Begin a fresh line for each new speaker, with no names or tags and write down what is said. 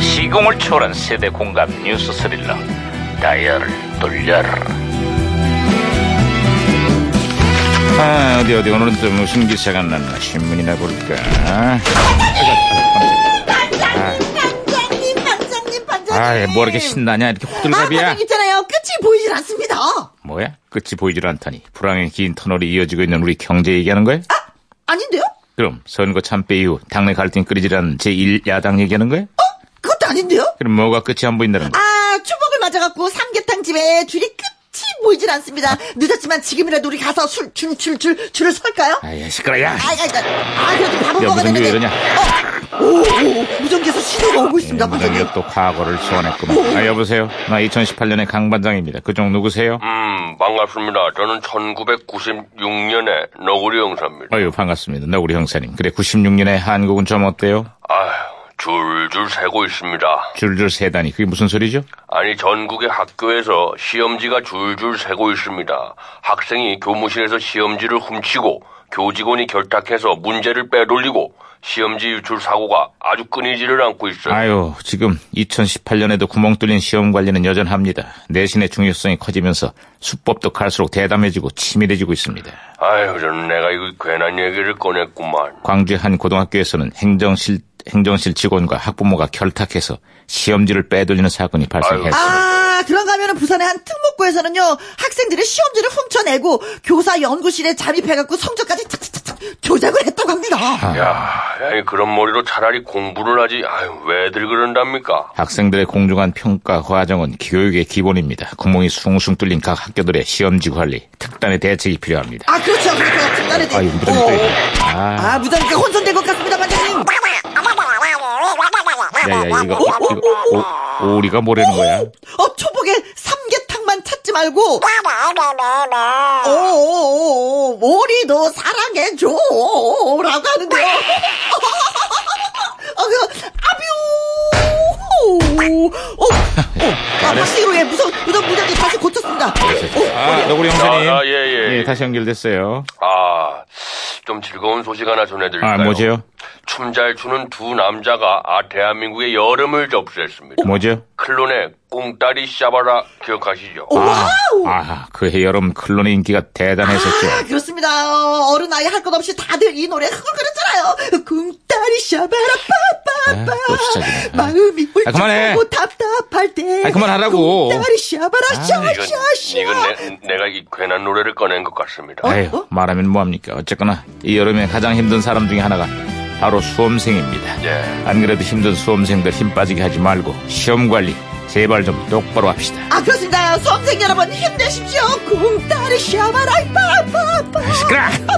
시공을 초월한 세대 공감 뉴스 스릴러 다이얼을 돌려라 아 어디 어디 오늘은 또 무슨 기사가 났나 신문이나 볼까
반장님, 반장님, 반장님.
아. 아이 뭐 이렇게 신나냐 이렇게
아,
호들갑이야
반장 있잖아요. 끝이 보이질 않습니다.
뭐야 끝이 보이질 않다니 불황의 긴 터널이 이어지고 있는 우리 경제 얘기하는 거야?
아닌데요?
그럼 선거 참패 이후 당내 갈등 끓이질 않은 제1야당 얘기하는 거야?
어? 그것도 아닌데요?
그럼 뭐가 끝이 안 보인다는 거야?
아, 추복을 맞아갖고 삼계탕 집에 줄이 끝이 보이질 않습니다. 늦었지만 지금이라도 우리 가서 술, 줄, 줄, 줄, 줄을 설까요?
아야 예, 시끄러야
아, 아, 아, 아, 그래도 밥은
야,
먹어야
무전기 왜
되는데.
이러냐?
어, 오, 오, 무전기에서 신호가 오고 있습니다, 반장님.
예, 무전기가 또 과거를 소환했구만. 아, 여보세요? 나 2018년의 강반장입니다. 그쪽 누구세요?
음, 반갑습니다. 저는 1996년에 너구리 형사입니다.
아유, 반갑습니다. 나 우리 형사님. 그래, 96년에 한국은 좀 어때요?
아휴, 줄줄 새고 있습니다.
줄줄 세다니. 그게 무슨 소리죠?
아니, 전국의 학교에서 시험지가 줄줄 새고 있습니다. 학생이 교무실에서 시험지를 훔치고, 교직원이 결탁해서 문제를 빼돌리고, 시험지 유출 사고가 아주 끊이지를 않고 있어요.
아유, 지금 2018년에도 구멍 뚫린 시험 관리는 여전합니다. 내신의 중요성이 커지면서 수법도 갈수록 대담해지고 치밀해지고 있습니다.
아휴, 저는 내가 이거 괜한 얘기를 꺼냈구만.
광주 한 고등학교에서는 행정실, 행정실 직원과 학부모가 결탁해서 시험지를 빼돌리는 사건이 발생했습니다.
아, 그런가 하면 부산의 한 특목고에서는요, 학생들의 시험지를 훔쳐내고, 교사 연구실에 잠입해갖고 성적까지 착착착착 조작을 했다고 합니다.
아.
야, 아니, 그런 머리로 차라리 공부를 하지, 아유, 왜들 그런답니까?
학생들의 공정한 평가 과정은 교육의 기본입니다. 구멍이 숭숭 뚫린 각 학교들의 시험지 관리, 특단의 대책이 필요합니다.
아 그렇죠 그렇죠 중간에 돼.
아유, 무전기 또 있네. 아,
아 무전기가 혼선된 것 같습니다 반장님
야야 이거 이거 오, 오리가 뭐라는 거야?
어 초복에 삼계탕만 찾지 말고 어, 오오오 오리도 사랑해줘라고 하는데요 어그 어, 아뷰 어아 박으로예 무선 무선 무전기 다시 고쳤습니다 어,
아, 너구리 형사님.
아, 아, 예, 예.
다시 연결됐어요.
아, 좀 즐거운 소식 하나
아,
전해드릴까요?
뭐죠?
춤 잘 추는 두 남자가 아, 대한민국의 여름을 접수했습니다.
뭐죠?
클론의 꽁다리 샤바라 기억하시죠?
아,
어, 와우
아, 그해 여름 클론의 인기가 대단했었죠.
아, 그렇습니다. 어른 아이 할 것 없이 다들 이 노래 흥얼거렸잖아요. 궁따리 샤바라
아,
빠빠빠.
또 시작이네. 아.
마음이
아, 그만해.
울적하고 답답할 때.
아이, 그만하라고. 아,
궁따리 샤바라
이건, 이건
샤샤샤.
내, 내가 이 괜한 노래를 꺼낸 것 같습니다.
에휴,
어?
말하면 뭐합니까? 어쨌거나 이 여름에 가장 힘든 사람 중에 하나가 바로 수험생입니다.
예.
안 그래도 힘든 수험생들 힘 빠지게 하지 말고 시험 관리 제발 좀 똑바로 합시다.
아, 그렇습니다. 수험생 여러분 힘내십시오. 궁따리 샤바라 빠빠빠.
시끄러!